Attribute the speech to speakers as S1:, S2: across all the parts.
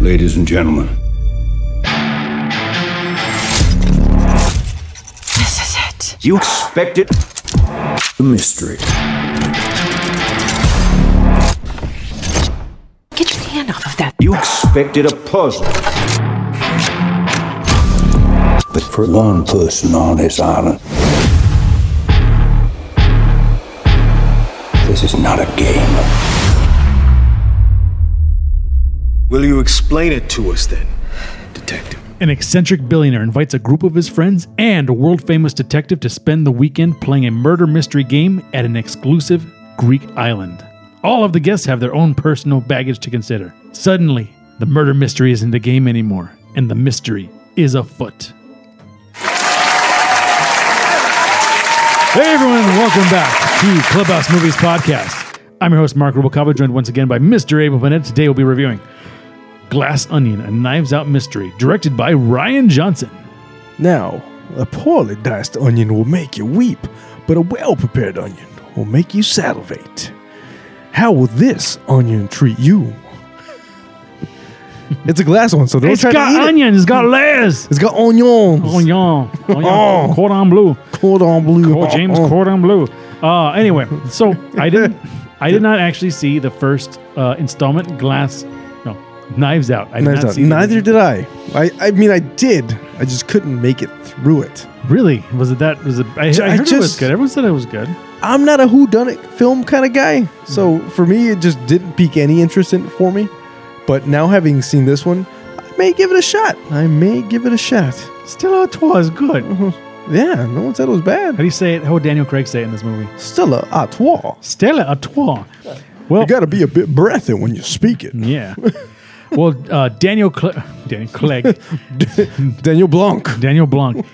S1: ladies and gentlemen.
S2: This is it.
S1: You expected the mystery.
S2: Get your hand off of that.
S1: You expected a puzzle. But for one person on this island, this is not a game.
S3: Will you explain it to us then, detective?
S4: An eccentric billionaire invites a group of his friends and a world famous detective to spend the weekend playing a murder mystery game at an exclusive Greek island. All of the guests have their own personal baggage to consider. Suddenly, the murder mystery isn't a game anymore, and the mystery is afoot. Hey everyone, welcome back to Clubhouse Movies Podcast. I'm your host, Mark Rubicava, joined once again by Mr. Abel Bennett. Today we'll be reviewing Glass Onion, a Knives Out Mystery, directed by Ryan Johnson.
S5: Now, a poorly diced onion will make you weep, but a well prepared onion will make you salivate. How will this onion treat you? It's a glass one, so don't
S4: It's
S5: try to eat
S4: got
S5: it.
S4: onion, it's got layers.
S5: It's got onions.
S4: Onion, onion,
S5: Oh.
S4: cordon bleu.
S5: Cordon bleu.
S4: Oh, James
S5: Oh,
S4: Cordon Bleu. Uh, anyway, so I didn't, I did not actually see the first uh, installment, Glass, no, Knives Out. I did
S5: Knives
S4: not
S5: out.
S4: see the-
S5: Neither did I. I. I mean, I did. I just couldn't make it through it.
S4: Really? Was it that? Was it? I, I
S5: Ju- I
S4: heard it was
S5: just-
S4: good. Everyone said it was good.
S5: I'm not a whodunit film kind of guy, so for me, it just didn't pique any interest in for me. But now having seen this one, I may give it a shot. I may give it a shot.
S4: Stella Artois is good.
S5: Mm-hmm.
S4: How
S5: Yeah, no one said it was bad.
S4: do you say it? How would Daniel Craig say it in this movie?
S5: Stella Artois.
S4: Stella Artois. Well,
S5: You gotta be a bit breathy when you speak it.
S4: yeah. well, uh, Daniel, Cle- Daniel Clegg,
S5: Daniel Blanc.
S4: Daniel Blanc,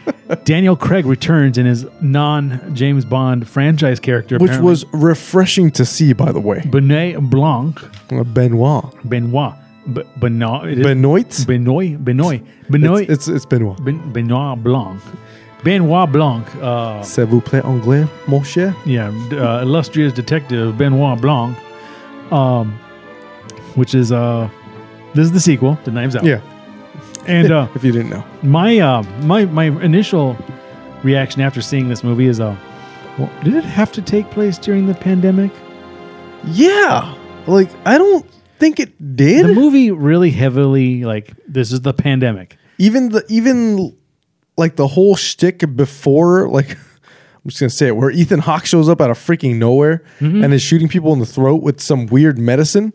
S4: Daniel Craig returns in his non-James Bond franchise character,
S5: Which
S4: apparently,
S5: was refreshing to see, by the way.
S4: Benet Blanc,
S5: Benoit.
S4: Benoit, B- Benoit, it is-
S5: Benoit?
S4: Benoit, Benoit, Benoit,
S5: It's, it's, it's Benoit. Oh.
S4: Ben- Benoit Blanc, Benoit Blanc. Uh,
S5: Ça vous plaît anglais, mon cher?
S4: yeah, d- uh, illustrious detective Benoit Blanc, um, which is uh, this is the sequel to Knives Out.
S5: Yeah,
S4: and uh,
S5: if you didn't know.
S4: my uh, my my initial reaction after seeing this movie is uh, well, did it have to take place during the pandemic?
S5: Yeah. Like, I don't think it did.
S4: The movie really heavily like this is the pandemic.
S5: even the even like the whole shtick before like I'm just gonna say it where Ethan Hawke shows up out of freaking nowhere
S4: Mm-hmm.
S5: and is shooting people in the throat with some weird medicine.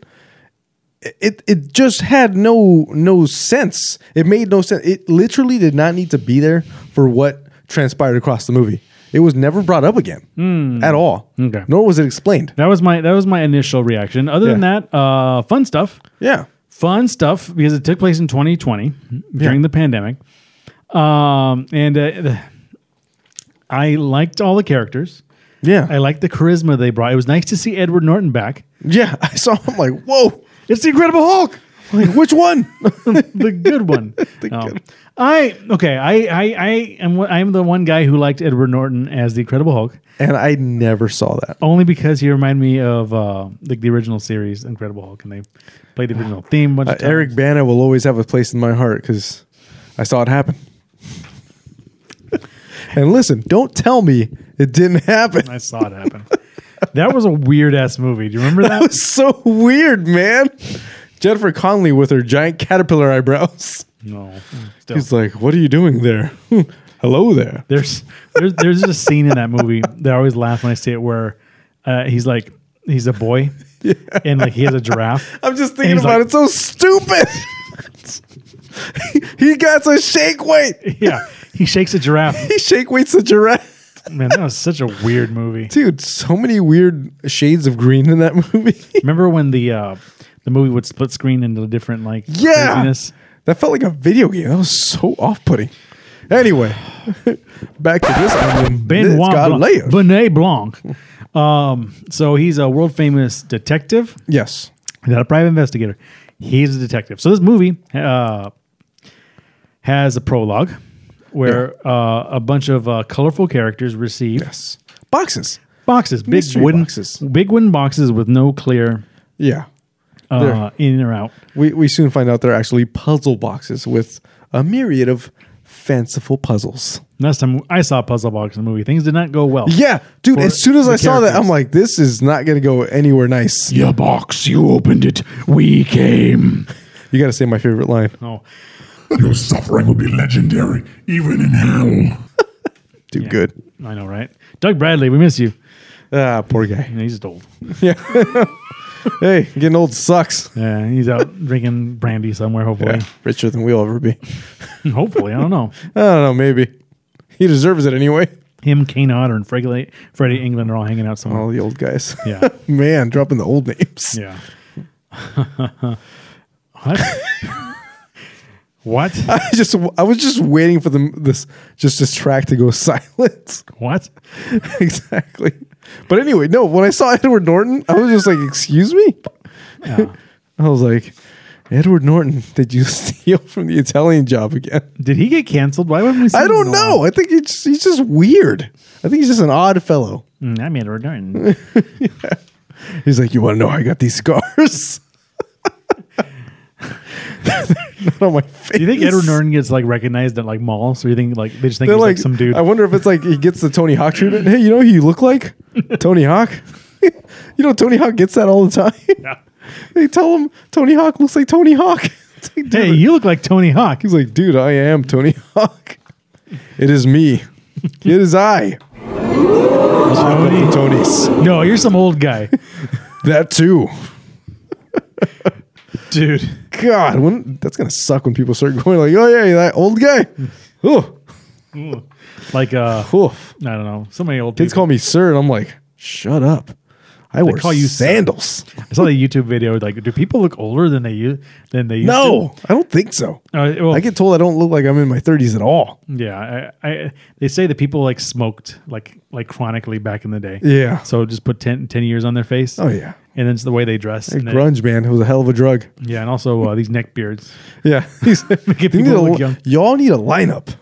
S5: It it just had no no sense. It made no sense. It literally did not need to be there for what transpired across the movie. It was never brought up again at all.
S4: Hmm. Okay.
S5: Nor was it explained.
S4: That was my that was my initial reaction. Other than
S5: Yeah.
S4: that, uh, fun stuff.
S5: Yeah.
S4: fun stuff because it took place in 2020 during the pandemic. Um, and uh, the- I liked all the characters.
S5: Yeah.
S4: I liked the charisma they brought. It was nice to see Edward Norton back.
S5: yeah. I saw him like, whoa.
S4: It's the Incredible Hulk,
S5: Like, which one?
S4: the good one. No. I okay. I I I am I am the one guy who liked Edward Norton as the Incredible Hulk
S5: and I never saw that.
S4: only because he reminded me of uh, like the original series Incredible Hulk, and they played the original theme. a bunch
S5: Uh,
S4: of times.
S5: Eric Bana will always have a place in my heart because I saw it happen. and listen, don't tell me it didn't happen.
S4: I saw it happen. that was a weird ass movie. Do you remember that?
S5: It's so weird, man. Jennifer Connelly with her giant caterpillar eyebrows.
S4: No. Still.
S5: He's like, "What are you doing there? Hmm, Hello there."
S4: There's there's there's a scene in that movie that I always laugh when I see it where uh, he's like he's a boy and like he has a giraffe.
S5: I'm just
S4: And
S5: thinking
S4: he's
S5: about
S4: like-
S5: it. So stupid. he got to shake weight.
S4: Yeah, he shakes a giraffe.
S5: He shake weights the giraffe.
S4: Man, that was such a weird movie.
S5: Dude, so many weird shades of green in that movie.
S4: Remember when the uh, the movie would split screen into different like
S5: Yeah.
S4: craziness?
S5: That felt like a video game. That was so off putting. Anyway, back to this onion.
S4: Benoit
S5: it's got
S4: Blanc,
S5: layers.
S4: Benet Blanc. Um, so he's a world famous detective.
S5: yes.
S4: not a private investigator. He's a detective. So this movie uh, has a prologue where uh, a bunch of uh, colorful characters receive
S5: Yes. Boxes.
S4: boxes, big
S5: Mystery
S4: wooden
S5: boxes.
S4: big wooden boxes with no clear
S5: Yeah.
S4: uh, in or out.
S5: We, we soon find out they're actually puzzle boxes with a myriad of fanciful puzzles.
S4: Last time I saw Puzzle Box in the movie, things did not go well.
S5: Yeah, dude,
S4: For
S5: as soon as
S4: the
S5: I saw that, I'm
S4: characters.
S5: like, this is not going to go anywhere nice.
S4: Your box, you opened it. We came.
S5: You got to say my favorite line.
S4: Oh,
S6: Your suffering will be legendary, even in hell.
S5: Dude, good.
S4: I know, right? Doug Bradley, we miss you.
S5: Ah, poor guy.
S4: You know, he's just old.
S5: Hey, getting old sucks.
S4: Yeah, he's out drinking brandy somewhere, hopefully.
S5: Yeah, richer than we'll ever be.
S4: Hopefully, I don't know.
S5: I don't know, maybe. He deserves it anyway.
S4: Him, Kane Otter, and Freddie, Freddie England are all hanging out somewhere.
S5: All the old guys.
S4: Yeah.
S5: Man, dropping the old names.
S4: Yeah. what? what?
S5: I just I was just waiting for them this just this track to go silent.
S4: What?
S5: exactly. But anyway, no, when I saw Edward Norton, I was just like, excuse me?
S4: Yeah.
S5: I was like, Edward Norton, did you steal from the Italian job again?
S4: Did he get canceled? Why wouldn't we? see
S5: I
S4: him
S5: don't
S4: in a
S5: know.
S4: while?
S5: I think he's, he's just weird. I think he's just an odd fellow.
S4: Mm, I made a return.
S5: He's like, you want to know how I got these scars? Not on my face.
S4: Do you think Edward Norton gets like recognized at like malls, or you think like they just think
S5: They're
S4: he's like,
S5: like,
S4: some dude?
S5: I wonder if it's like he gets the Tony Hawk treatment. Hey, you know who you look like? Tony Hawk. you know Tony Hawk gets that all the time. They tell him Tony Hawk looks like Tony Hawk. It's like,
S4: hey,
S5: dude,
S4: you look like Tony Hawk.
S5: he's like, dude, I am Tony Hawk. It is me. It is I. Tony. Tony's.
S4: No, you're some old guy,
S5: That too.
S4: dude.
S5: God, when that's gonna suck when people start going like, oh yeah, you're that old guy.
S4: Hmm.
S5: Oh,
S4: Like uh, I
S5: oof.
S4: don't know, so many old
S5: Kids
S4: people.
S5: call me sir, and I'm like, shut up. I wear
S4: call you sir.
S5: sandals.
S4: I saw the YouTube video. Like, do people look older than they u- than they used
S5: No, I don't think so.
S4: to? Uh, well,
S5: I get told I don't look like I'm in my 30s at all.
S4: Yeah, I, I they say that people like smoked like like chronically back in the day.
S5: Yeah.
S4: So just put 10, 10 years on their face.
S5: Oh, yeah.
S4: And then it's the way they dress. and then-
S5: Grunge, man, it was a hell of a drug.
S4: yeah, and also uh, these neck beards.
S5: Yeah, He's-
S4: Make it
S5: you need
S4: people
S5: a-
S4: look young.
S5: y'all need a lineup.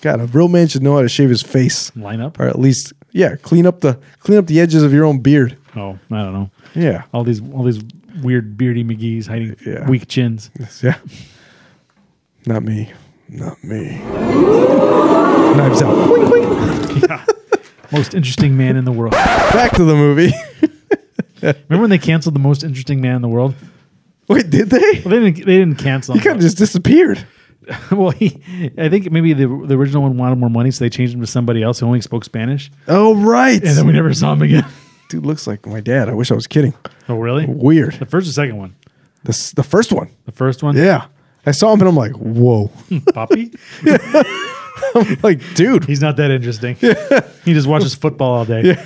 S5: God, a real man should know how to shave his face,
S4: Line up.
S5: or at least, yeah, clean up the clean up the edges of your own beard.
S4: Oh, I don't know.
S5: Yeah,
S4: All these all these weird beardy McGee's hiding
S5: Yeah.
S4: weak chins.
S5: yeah. Not me, not me. Knives out. Boing, boing.
S4: Most interesting man in the world.
S5: Back to the movie.
S4: Remember when they canceled the most interesting man in the world?
S5: Wait, did they?
S4: Well, they didn't. They didn't cancel.
S5: He
S4: him.
S5: kind of just disappeared.
S4: well, he, I think maybe the the original one wanted more money, so they changed him to somebody else who only spoke Spanish,
S5: Oh right,
S4: and then we never saw him again.
S5: dude looks like my dad. I wish I was kidding.
S4: Oh, really?
S5: Weird.
S4: The first or second one?
S5: The, s- the first one.
S4: The first one?
S5: Yeah. I saw him and I'm like, whoa.
S4: Poppy?
S5: like, dude.
S4: He's not that interesting. he just watches football all day.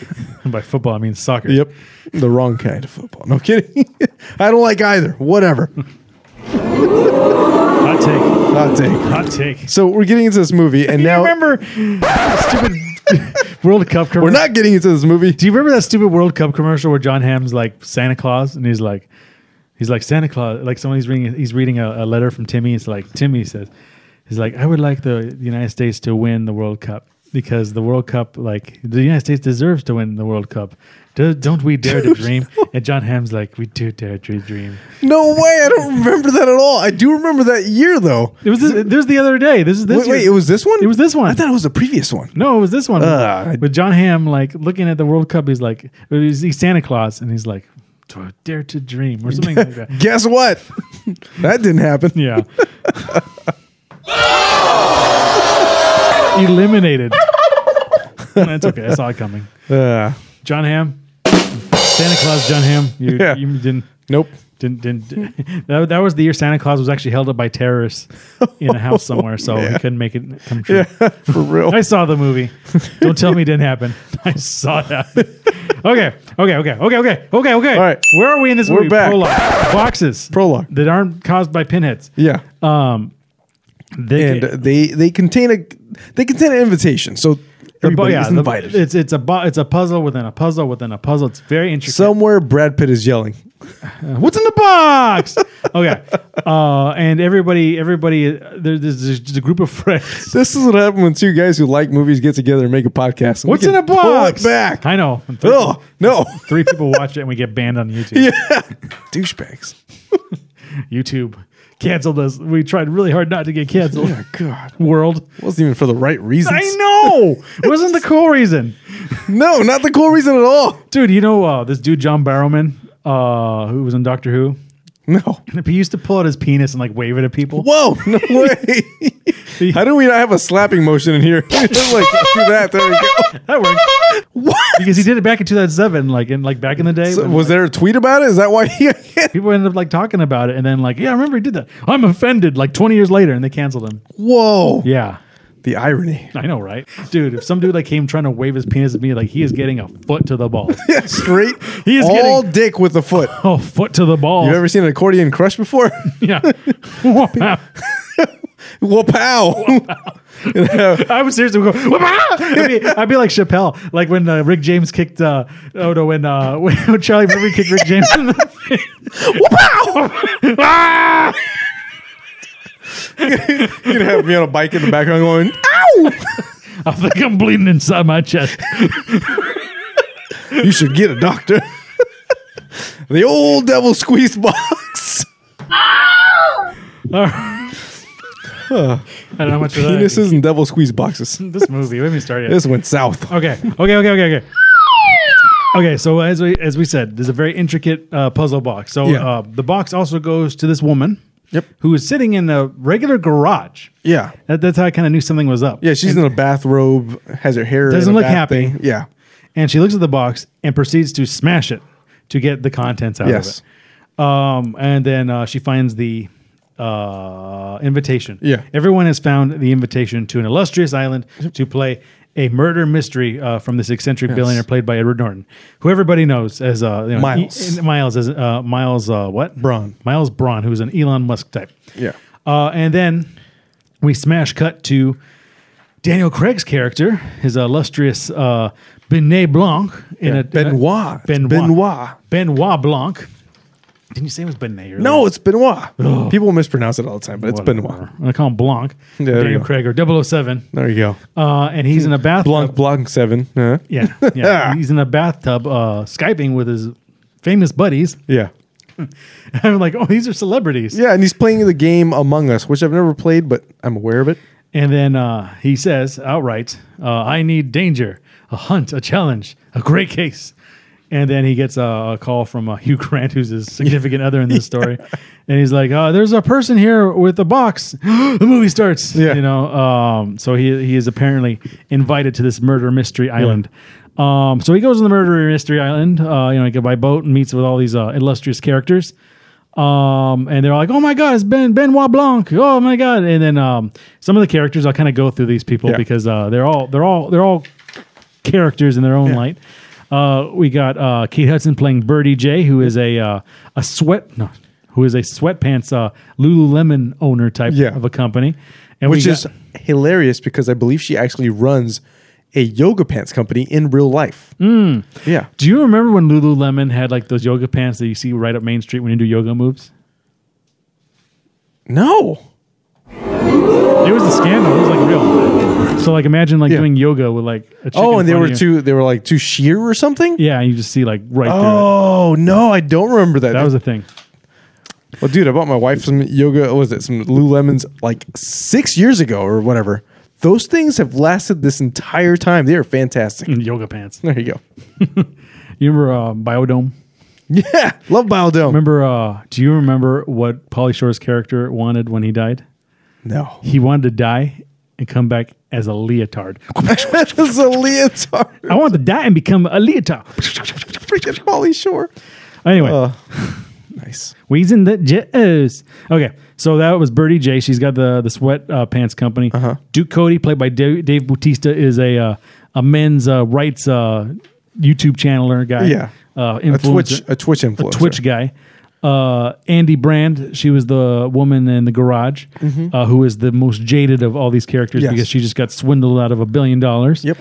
S4: And by football, I mean soccer.
S5: Yep. The wrong kind of football. No kidding. I don't like either. Whatever.
S4: Hot take.
S5: Hot take.
S4: Hot take.
S5: So we're getting into this movie and
S4: Do you
S5: now
S4: remember that stupid World Cup commercial?
S5: we're not getting into this movie.
S4: Do you remember that stupid World Cup commercial where John Hamm's like Santa Claus and he's like, he's like Santa Claus, like somebody's reading, he's reading a, a letter from Timmy. It's like Timmy says, he's like, I would like the United States to win the World Cup because the World Cup, like the United States deserves to win the World Cup. Do, don't we dare to dream? And John Hamm's like, we do dare to dream.
S5: No way. I don't remember that at all. I do remember that year though.
S4: It was this, there's the other day. This is this.
S5: Wait, wait,
S4: year.
S5: it was this one?
S4: It was this one.
S5: I thought it was the previous one.
S4: No, it was this one.
S5: Ugh.
S4: With John Hamm, like looking at the World Cup, he's like, he's, he's Santa Claus, and he's like, "To- "Dare to dream" or something like that.
S5: Guess what? that didn't happen.
S4: Yeah. Eliminated. That's okay. I saw it coming.
S5: Uh,
S4: John Hamm, Santa Claus. John Hamm. You,
S5: Yeah.
S4: you didn't.
S5: nope.
S4: Didn't, didn't that, that was the year Santa Claus was actually held up by terrorists in a house somewhere, so he couldn't make it come true.
S5: For real.
S4: I saw the movie. Don't tell me it didn't happen. I saw that. Okay, okay, okay, okay, okay, okay, okay. All
S5: right.
S4: where are we in this
S5: We're
S4: movie?
S5: back.
S4: Prologue. Boxes.
S5: Prologue.
S4: that aren't caused by pinheads.
S5: yeah.
S4: They,
S5: and they they contain a they contain an invitation. So
S4: the bu-
S5: everybody
S4: yeah,
S5: is
S4: the-
S5: invited.
S4: it's it's a bu- it's a puzzle within a puzzle within a puzzle. It's very interesting.
S5: Somewhere Brad Pitt is yelling.
S4: What's in the box? okay, uh, and everybody everybody uh, there, there's just a group of friends.
S5: This is what happened when two guys who like movies get together and make a podcast. We
S4: What's
S5: can
S4: in a
S5: pull it
S4: box?
S5: back.
S4: I know. Three,
S5: Oh no,
S4: three people watch it and we get banned on YouTube.
S5: douchebags.
S4: YouTube canceled us. We tried really hard not to get canceled.
S5: Yeah, God.
S4: World.
S5: Wasn't even for the right reasons.
S4: I know. It wasn't the cool reason.
S5: No, not the cool reason at all.
S4: Dude, you know uh, this dude, John Barrowman, uh, who was on Doctor Who?
S5: No.
S4: He used to pull out his penis and like wave it at people.
S5: Whoa, no way. How do we not have a slapping motion in here? like, do that. There we go.
S4: That worked.
S5: What?
S4: Because he did it back in 2007, like in like back in the day.
S5: So
S4: when,
S5: was there a tweet about it? Is that why he
S4: people ended up like talking about it and then like, yeah, I remember he did that. I'm offended like 20 years later and they canceled him.
S5: Whoa.
S4: Yeah.
S5: The irony.
S4: I know, right? Dude, if some dude like came trying to wave his penis at me, like he is getting a foot to the balls.
S5: Straight.
S4: He is
S5: all
S4: getting-
S5: dick with the foot.
S4: oh, foot to the balls.
S5: You ever seen an accordion crush before?
S4: yeah.
S5: well, pow.
S4: I would seriously go. "Wah-bah!" I'd be, I'd be like Chappelle, like when uh, Rick James kicked. Uh, oh no, when uh, when Charlie Murphy kicked Rick James in the face. Ah!
S5: You'd have me on a bike in the background going, "Ah,
S4: I think I'm bleeding inside my chest.
S5: you should get a doctor. the old devil squeeze box.
S4: I don't know how much of that-
S5: Penises and devil squeeze boxes.
S4: This movie. Let me start yet.
S5: This went south.
S4: Okay. Okay. Okay. Okay. Okay. Okay, so as we as we said, there's a very intricate uh, puzzle box. So
S5: Yeah.
S4: uh, the box also goes to this woman,
S5: Yep.
S4: who is sitting in a regular garage.
S5: Yeah.
S4: That, that's how I kind of knew something was up.
S5: Yeah, she's in a bathrobe, has her hair. in
S4: Doesn't
S5: a
S4: look
S5: bath
S4: happy.
S5: thing. Yeah.
S4: and she looks at the box and proceeds to smash it to get the contents out
S5: Yes.
S4: of it. Um, and then uh, she finds the uh, invitation.
S5: Yeah.
S4: Everyone has found the invitation to an illustrious island to play a murder mystery uh, from this eccentric billionaire played by Edward Norton, who everybody knows as uh, you know,
S5: Miles.
S4: E- Miles as uh, Miles uh, what?
S5: Braun.
S4: Miles Braun, who's an Elon Musk type.
S5: Yeah.
S4: Uh, and then we smash cut to Daniel Craig's character, his illustrious uh, Benet Blanc in a
S5: Benoit. It's
S4: in a-
S5: Benoit.
S4: Benoit Blanc. Didn't you say it was Benet? Earlier?
S5: No, it's Benoit. People mispronounce it all the time, but it's Benoit.
S4: Whatever. I call him Blanc.
S5: there you
S4: Daniel
S5: go.
S4: Craig or 007.
S5: There you go.
S4: Uh, and he's in a bathtub.
S5: Blanc Blanc Seven. Huh?
S4: Yeah, yeah. he's in a bathtub uh, skyping with his famous buddies.
S5: Yeah.
S4: I'm like, oh, these are celebrities.
S5: Yeah, and he's playing the game Among Us, which I've never played, but I'm aware of it.
S4: And then uh, he says outright, uh, I need danger, a hunt, a challenge, a great case. And then he gets a, a call from uh, Hugh Grant, who's his significant other in this story. And he's like, uh, There's a person here with a box. the movie starts.
S5: Yeah.
S4: You know, um, so he, he is apparently invited to this murder mystery island. Um, so he goes to the murder mystery island, uh, you know, he goes by boat and meets with all these uh, illustrious characters. Um, and they're like, "Oh my God, it's Ben Benoit Blanc! Oh my God!" And then um, some of the characters, I'll kind of go through these people
S5: Yeah.
S4: because uh, they're all they're all they're all characters in their own
S5: Yeah.
S4: light. Uh, we got uh, Kate Hudson playing Birdie J, who is a uh, a sweat no, who is a sweatpants uh, Lululemon owner type
S5: Yeah.
S4: of a company, and
S5: Which
S4: we
S5: is
S4: got-
S5: hilarious because I believe she actually runs a yoga pants company in real life.
S4: Hmm.
S5: Yeah.
S4: do you remember when Lululemon had like those yoga pants that you see right up Main Street when you do yoga moves?
S5: No.
S4: It was a scandal. It was like real. So like imagine like
S5: Yeah.
S4: doing yoga with like a chick
S5: Oh,
S4: in
S5: and they
S4: front of
S5: were
S4: you.
S5: too they were like too sheer or something?
S4: Yeah, and you just see like right through it.
S5: Oh no, I don't remember that.
S4: That was a thing.
S5: Well, dude, I bought my wife some yoga. What was it? Some Lululemons like six years ago or whatever. Those things have lasted this entire time. They are fantastic.
S4: Yoga pants.
S5: There you go.
S4: You remember uh, Biodome?
S5: Yeah, love Biodome.
S4: Remember? Uh, do you remember what Polly Shore's character wanted when he died?
S5: No,
S4: He wanted to die and come back as a leotard.
S5: that is a leotard.
S4: I want to die and become a leotard.
S5: Freaking Polly Shore.
S4: Anyway,
S5: Uh, nice.
S4: Wheezing the Jizz. Okay, so that was Birdie J. She's got the the sweat uh, pants company.
S5: Uh-huh.
S4: Duke Cody, played by Dave, Dave Bautista, is a uh, a men's uh, rights uh, YouTube channeler guy.
S5: Yeah.
S4: uh,
S5: A Twitch,
S4: influencer,
S5: a Twitch influencer.
S4: Twitch guy. Uh, Andy Brand, she was the woman in the garage, uh, who is the most jaded of all these characters
S5: Mm-hmm.
S4: because
S5: Yes.
S4: she just got swindled out of a billion dollars.
S5: Yep.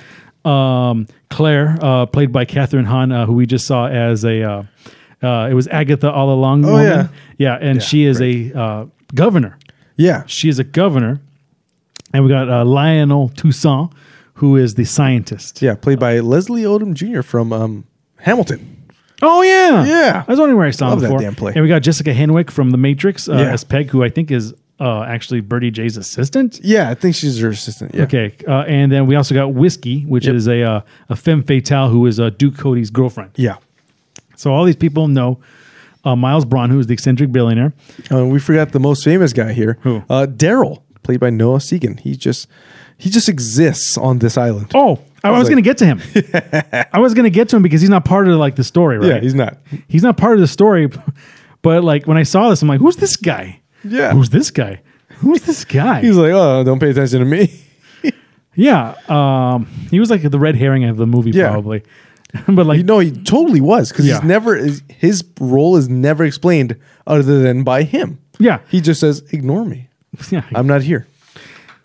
S4: Um, Claire, uh, played by Catherine Hahn, uh, who we just saw as a, uh, uh, it was Agatha all along.
S5: Oh,
S4: woman. yeah, and she is a uh, governor.
S5: Yeah.
S4: She is a governor, and we got uh, Lionel Toussaint, who is the scientist.
S5: Yeah. Played by Leslie Odom Jr. from um, Hamilton.
S4: Oh yeah,
S5: Yeah.
S4: I was wondering where I saw him
S5: Love that
S4: before.
S5: damn play.
S4: And we got Jessica Henwick from The Matrix uh,
S5: Yeah.
S4: as Peg, who I think is uh, actually Birdie Jay's assistant.
S5: Yeah, I think she's her assistant. Yeah.
S4: Okay, uh, and then we also got Whiskey, which is a uh, a femme fatale who is uh, Duke Cody's girlfriend.
S5: Yeah.
S4: So all these people know uh, Miles Braun, who is the eccentric billionaire.
S5: Uh, we forgot the most famous guy here.
S4: Who?
S5: Uh, Daryl, played by Noah Segan. He just he just exists on this island.
S4: Oh, I, was, going
S5: like-
S4: to get to him. I was going to get to him because he's not part of like the story, right?
S5: Yeah, he's not.
S4: He's not part of the story. But like when I saw this, I'm like, who's this guy?
S5: Yeah.
S4: Who's this guy? Who's this guy?
S5: He's like, oh, don't pay attention to me.
S4: yeah. Um, he was like the red herring of the movie,
S5: Yeah.
S4: probably. but like,
S5: You know, he totally was because
S4: Yeah.
S5: he's never is- his role is never explained other than by him.
S4: yeah,
S5: He just says, ignore me.
S4: yeah,
S5: I'm not here.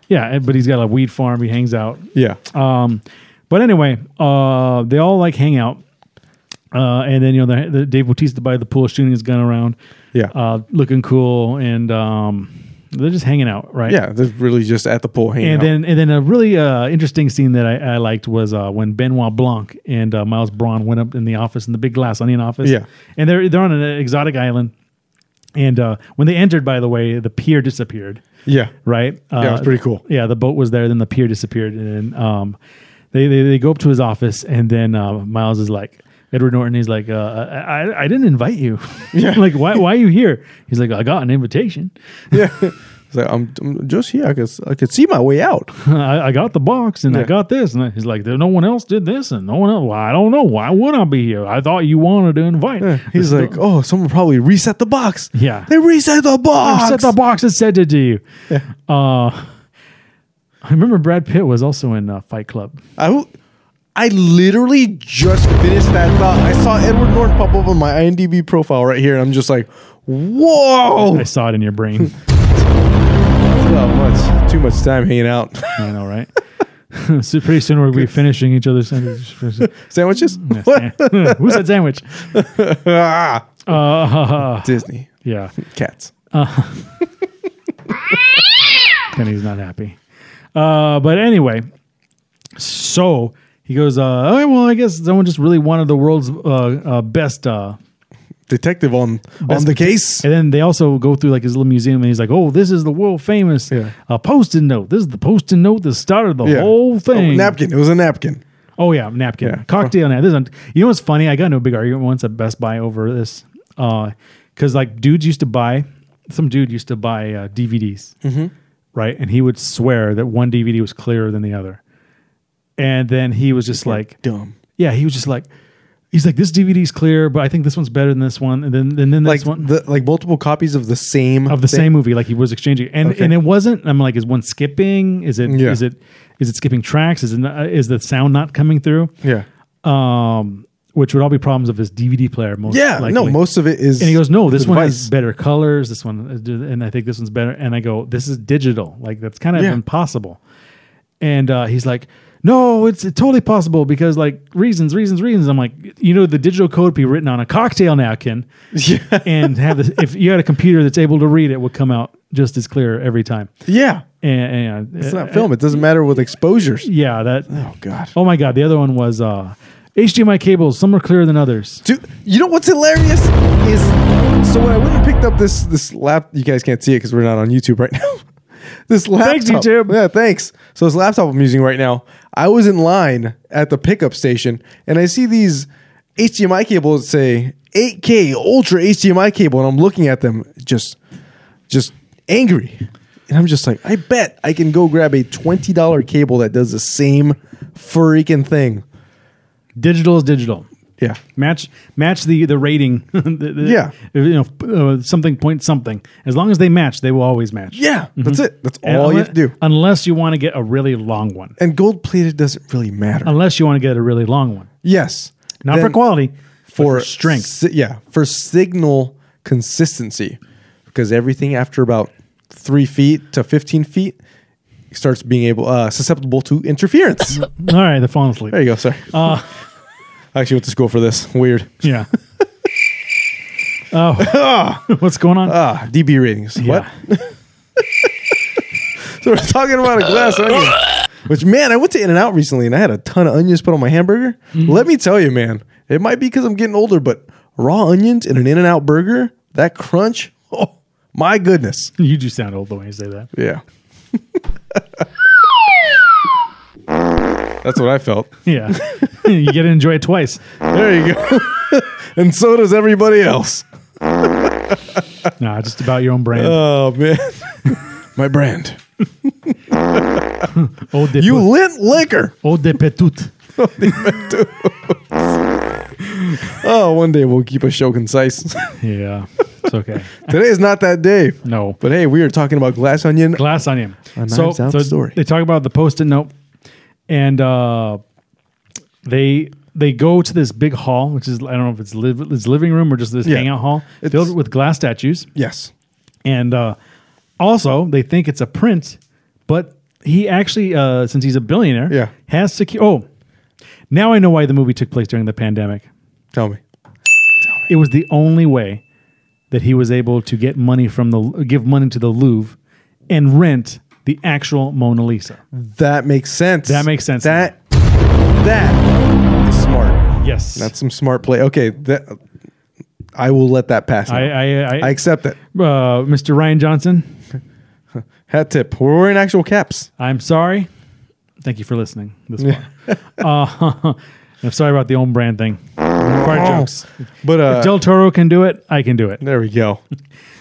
S4: yeah. But he's got a weed farm. He hangs out.
S5: Yeah.
S4: Um, but anyway, uh, they all like hang out. Uh, and then you know the, the Dave Bautista by the pool shooting his gun around,
S5: Yeah.
S4: uh, looking cool, and um, they're just hanging out, right?
S5: yeah. They're really just at the pool hanging
S4: And
S5: out.
S4: then and then a really uh, interesting scene that I, I liked was uh, when Benoit Blanc and uh, Miles Braun went up in the office in the big glass onion office.
S5: Yeah.
S4: and they're they're on an exotic island, and uh, when they entered, by the way, the pier disappeared
S5: yeah.
S4: right? Uh,
S5: it was pretty cool.
S4: Yeah, the boat was there, then the pier disappeared, and then, um, they, they they go up to his office, and then uh, Miles is like Edward Norton. He's like, uh, I I- I didn't invite you. Yeah. like why why are you here? He's like, I got an invitation.
S5: Yeah. It's like, I'm, I'm just here. I could, I could see my way out.
S4: I, I got the box, and I
S5: Yeah.
S4: got this, and he's like, there no one else did this, and no one else. Well, I don't know why would I be here? I thought you wanted to invite.
S5: He's like, oh, someone probably reset the box.
S4: Yeah.
S5: They reset the box.
S4: Set the box and sent it to you. Uh, I remember Brad Pitt was also in uh, Fight Club.
S5: I, I literally just finished that thought. I saw Edward Norton pop up on my IMDb profile right here, and I'm just like, whoa!
S4: I saw it in your brain.
S5: Not much. Too much time hanging out.
S4: I know, right? so pretty soon we'll be finishing each other's sandwiches.
S5: Sandwiches?
S4: Who said sandwich?
S5: Ah. Disney.
S4: Yeah,
S5: Cats.
S4: Penny's not happy. Uh, but anyway, so he goes. Uh, oh, well, I guess someone just really wanted the world's uh, uh, best. Uh,
S5: Detective on, on the case.
S4: and then they also go through like his little museum, and he's like, "Oh, this is the world famous
S5: Yeah.
S4: uh, post-it note. This is the post-it note that started the
S5: Yeah.
S4: whole thing."
S5: Oh, napkin. It was a napkin.
S4: Oh yeah, napkin,
S5: Yeah.
S4: cocktail napkin. This is, you know what's funny? I got into a big argument once at Best Buy over this, because like dudes used to buy, some dude used to buy uh, DVDs,
S5: Mm-hmm.
S4: right? And he would swear that one DVD was clearer than the other, and then he was just like,
S5: Dumb.
S4: yeah, he was just like, he's like, this DVD's clear, but I think this one's better than this one, and then and then
S5: Like
S4: this one
S5: the like multiple copies of the same
S4: of the
S5: thing.
S4: same movie. Like he was exchanging, and
S5: Okay.
S4: and it wasn't. I'm like, is one skipping? Is it is
S5: Yeah.
S4: it is it skipping tracks? Is it not, is the sound not coming through?
S5: Yeah.
S4: um, which would all be problems of his DVD player. Most
S5: Yeah. No,
S4: likely.
S5: most of it is.
S4: And he goes, no, this
S5: the
S4: one has
S5: device."
S4: better colors. This one, is- and I think this one's better. And I go, this is digital. Like that's kind of
S5: Yeah.
S4: impossible. And uh, he's like, no, it's totally possible because like reasons, reasons, reasons. I'm like, you know, the digital code be written on a cocktail napkin, and have this. If you had a computer that's able to read it, would come out just as clear every time.
S5: Yeah.
S4: And, and
S5: It's not film. It doesn't matter with exposures.
S4: yeah, that.
S5: Oh God.
S4: Oh my god, the other one was uh HDMI cables, some are clearer than others.
S5: Dude, you know what's hilarious is so when I went and picked up this this lap, you guys can't see it because we're not on YouTube right now. this laptop,
S4: Thanks, YouTube.
S5: yeah, thanks. So this laptop I'm using right now, I was in line at the pickup station and I see these HDMI cables that say 8K Ultra HDMI cable, and I'm looking at them just just angry. And I'm just like, I bet I can go grab a $20 cable that does the same freaking thing.
S4: Digital is digital.
S5: Yeah.
S4: Match match the the rating. The- the-
S5: Yeah.
S4: you know uh, something point something. As long as they match, they will always match.
S5: Yeah. That's it. That's
S4: Mm-hmm. And
S5: all
S4: unle-
S5: you have to do.
S4: unless you want to get a really long one.
S5: and gold plated doesn't really matter.
S4: Unless you want to get a really long one,
S5: yes,
S4: Um, not for
S5: Then
S4: quality, but
S5: for,
S4: for strength.
S5: si- yeah, for signal consistency, because everything after about three feet to fifteen feet starts being able uh, susceptible to interference.
S4: All right, they're falling asleep.
S5: there you go. Sorry.
S4: Uh,
S5: I actually went to school for this. Weird.
S4: Yeah. oh, what's going on?
S5: Ah, DB ratings.
S4: Yeah.
S5: What? So we're talking about a glass onion. Mm-hmm. Which man, I went to In and Out recently and I had a ton of onions put on my hamburger. Let me tell you, man, It might be because I'm getting older, but raw onions in an In and Out burger, that crunch, oh, my goodness.
S4: You do sound old the way you say that.
S5: Yeah. That's what I felt.
S4: Yeah. you get to enjoy it twice.
S5: There you go. and so does everybody else.
S4: Nah, just about your own brand.
S5: Oh, man. my brand.
S4: old de
S5: You
S4: Pet-
S5: lint liquor.
S4: old de petite.
S5: Oh, one day we'll keep a show concise.
S4: Yeah. It's okay.
S5: Today is not that day.
S4: No.
S5: But hey, we are talking about glass onion.
S4: glass on him.
S5: Knives Out story.
S4: They talk about the post-it note, and uh, they they go to this big hall, which is I don't know if it's live, it's living room or just this
S5: Yeah.
S4: hangout hall
S5: It's-
S4: filled with glass statues,
S5: Yes.
S4: and uh, also they think it's a print, but he actually uh, since he's a billionaire,
S5: Yeah.
S4: has secure. Oh, now I know why the movie took place during the pandemic.
S5: Tell me.
S4: It was the only way that he was able to get money from the give money to the Louvre and rent the actual Mona Lisa.
S5: That makes sense.
S4: That makes sense.
S5: That that is smart.
S4: Yes,
S5: That's some smart play. Okay, that I will let that pass. now.
S4: I, I, I,
S5: I accept it.
S4: uh, Mr. Ryan Johnson.
S5: Hat tip. We're wearing actual caps.
S4: I'm sorry. Thank you for listening this far. uh, I'm sorry about the own brand thing. Fart jokes.
S5: Oh. But uh,
S4: Del Toro can do it. I can do it.
S5: there we go.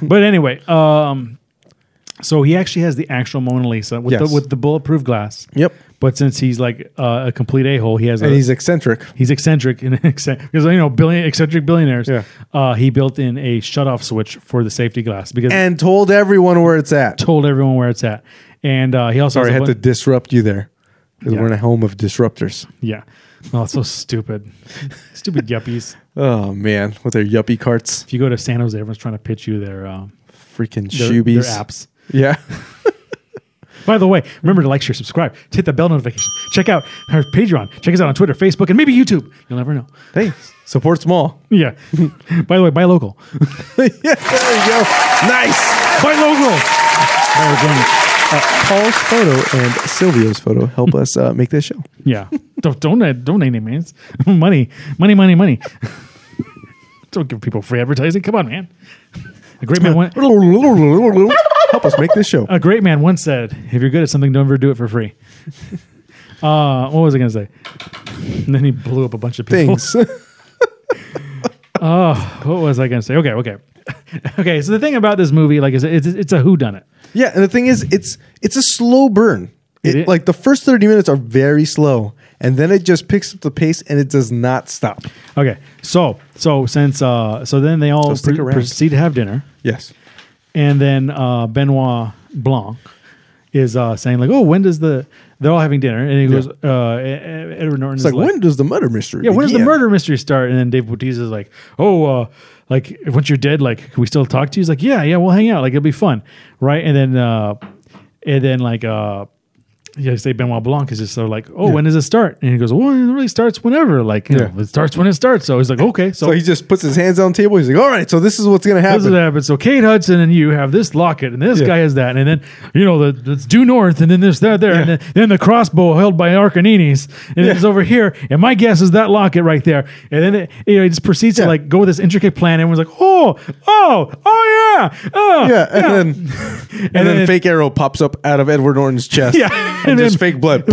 S4: But anyway, um, so he actually has the actual Mona Lisa with
S5: Yes.
S4: the with the bulletproof glass.
S5: Yep.
S4: But since he's like uh, a complete a hole, he has
S5: And
S4: a,
S5: he's eccentric.
S4: he's eccentric and eccentric because you know billion eccentric billionaires.
S5: Yeah.
S4: Uh, he built in a shut off switch for the safety glass because
S5: And told everyone where it's at.
S4: told everyone where it's at. And uh, he also
S5: Sorry, I
S4: has a
S5: had to
S4: button-
S5: disrupt you there. 'Cause
S4: Yeah.
S5: We're in a home of disruptors.
S4: yeah. Oh, it's so stupid, stupid yuppies.
S5: Oh man, with their yuppie carts,
S4: If you go to San Jose, everyone's trying to pitch you their uh,
S5: freaking
S4: their,
S5: shoebies.
S4: their apps.
S5: Yeah.
S4: By the way, remember to like, share, subscribe, hit the bell notification. Check out our Patreon. Check us out on Twitter, Facebook, and maybe YouTube. You'll never know.
S5: hey, support small.
S4: Yeah. By the way, buy local.
S5: yeah, there you go. Nice.
S4: buy local. Buy organic.
S5: Paul's photo and Silvio's photo help us uh, make this show.
S4: Yeah. Don't don't donate it, man. It's money, money, money, money. don't give people free advertising. Come on, man. A great man. went-
S5: help us make this show.
S4: A great man once said, "If you're good at something, don't ever do it for free." uh, what was I going to say? And then he blew up a bunch of people. Uh,
S5: Things.
S4: What was I going to say? Okay, okay, okay. So the thing about this movie, like, is it's, it's a who done it.
S5: yeah, and the thing is, it's it's a slow burn. It,
S4: It i-
S5: like the first thirty minutes are very slow, and then it just picks up the pace and it does not stop.
S4: Okay, so so since uh, so then they all
S5: So stick
S4: pre-
S5: around.
S4: proceed to have dinner,
S5: Yes.
S4: and then uh, Benoit Blanc is uh, saying like, "Oh, when does the?" They're all having dinner, and he goes, uh, E- E- "Edward Norton
S5: It's
S4: is
S5: like, when does the murder mystery?
S4: Yeah, when does the
S5: begin?
S4: murder mystery start? And then Dave Bautista is like, oh, uh, like once you're dead, like can we still talk to you? He's like, yeah, yeah, we'll hang out. Like it'll be fun, right? And then, uh, and then like, uh, yeah, say Benoit Blanc is just sort of like, oh, when does it start? And he goes, well, it really starts whenever. Like, you
S5: Yeah.
S4: know, it starts when it starts. So he's like, okay, so,
S5: So he just puts his hands on the table. He's like, "All right, so this is what's going to
S4: this is
S5: happen."
S4: what happens. So Kate Hudson and you have this locket, and this
S5: Yeah.
S4: guy has that, and then you know the it's due north, and then this that there, and then, then the crossbow held by Arcanides, and it's over here. And my guess is that locket right there, and then it, you know it just proceeds
S5: Yeah.
S4: to like go with this intricate plan. Everyone's like, oh, oh, oh yeah, oh
S5: Yeah, and then and, then,
S4: then-
S5: fake arrow pops up out of Edward Norton's chest.
S4: Yeah,
S5: and,
S4: and
S5: just
S4: then-
S5: fake blood.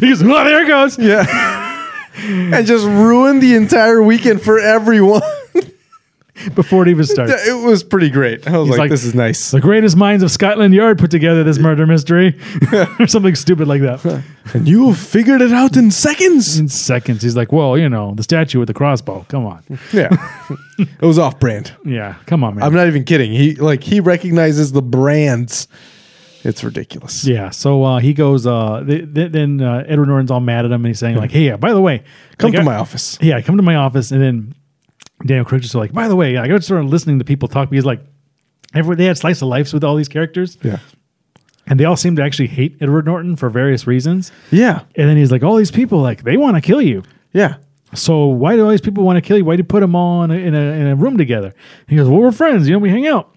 S4: He goes, well, there it goes.
S5: yeah, and just ruined the entire weekend for everyone.
S4: Before it even starts.
S5: it was pretty great. I was
S4: He's
S5: like, "This is nice."
S4: The greatest minds of Scotland Yard put together this murder mystery, or something stupid like that.
S5: and you figured it out in seconds.
S4: In seconds, he's like, "Well, you know, the statue with the crossbow. Come on,
S5: Yeah, it was off brand.
S4: yeah, come on, man."
S5: I'm not even kidding. He like he recognizes the brands. It's ridiculous.
S4: Yeah. So uh, he goes. Uh, th- th- then uh, Edward Norton's all mad at him, and he's saying like, "Hey, uh, by the way,
S5: Hmm. Come
S4: like,
S5: to
S4: I-
S5: my office.
S4: Yeah, come to my office." And then Daniel Craig just like, "By the way, I got started listening to people talk because like, every they had slice of lives with all these characters,
S5: Yeah,
S4: and they all seem to actually hate Edward Norton for various reasons."
S5: yeah,
S4: And then he's like, "All these people like they want to kill you."
S5: yeah.
S4: So why do all these people want to kill you? Why do you put them all in a, in a, in a room together? He goes, "Well, we're friends. You know, we hang out."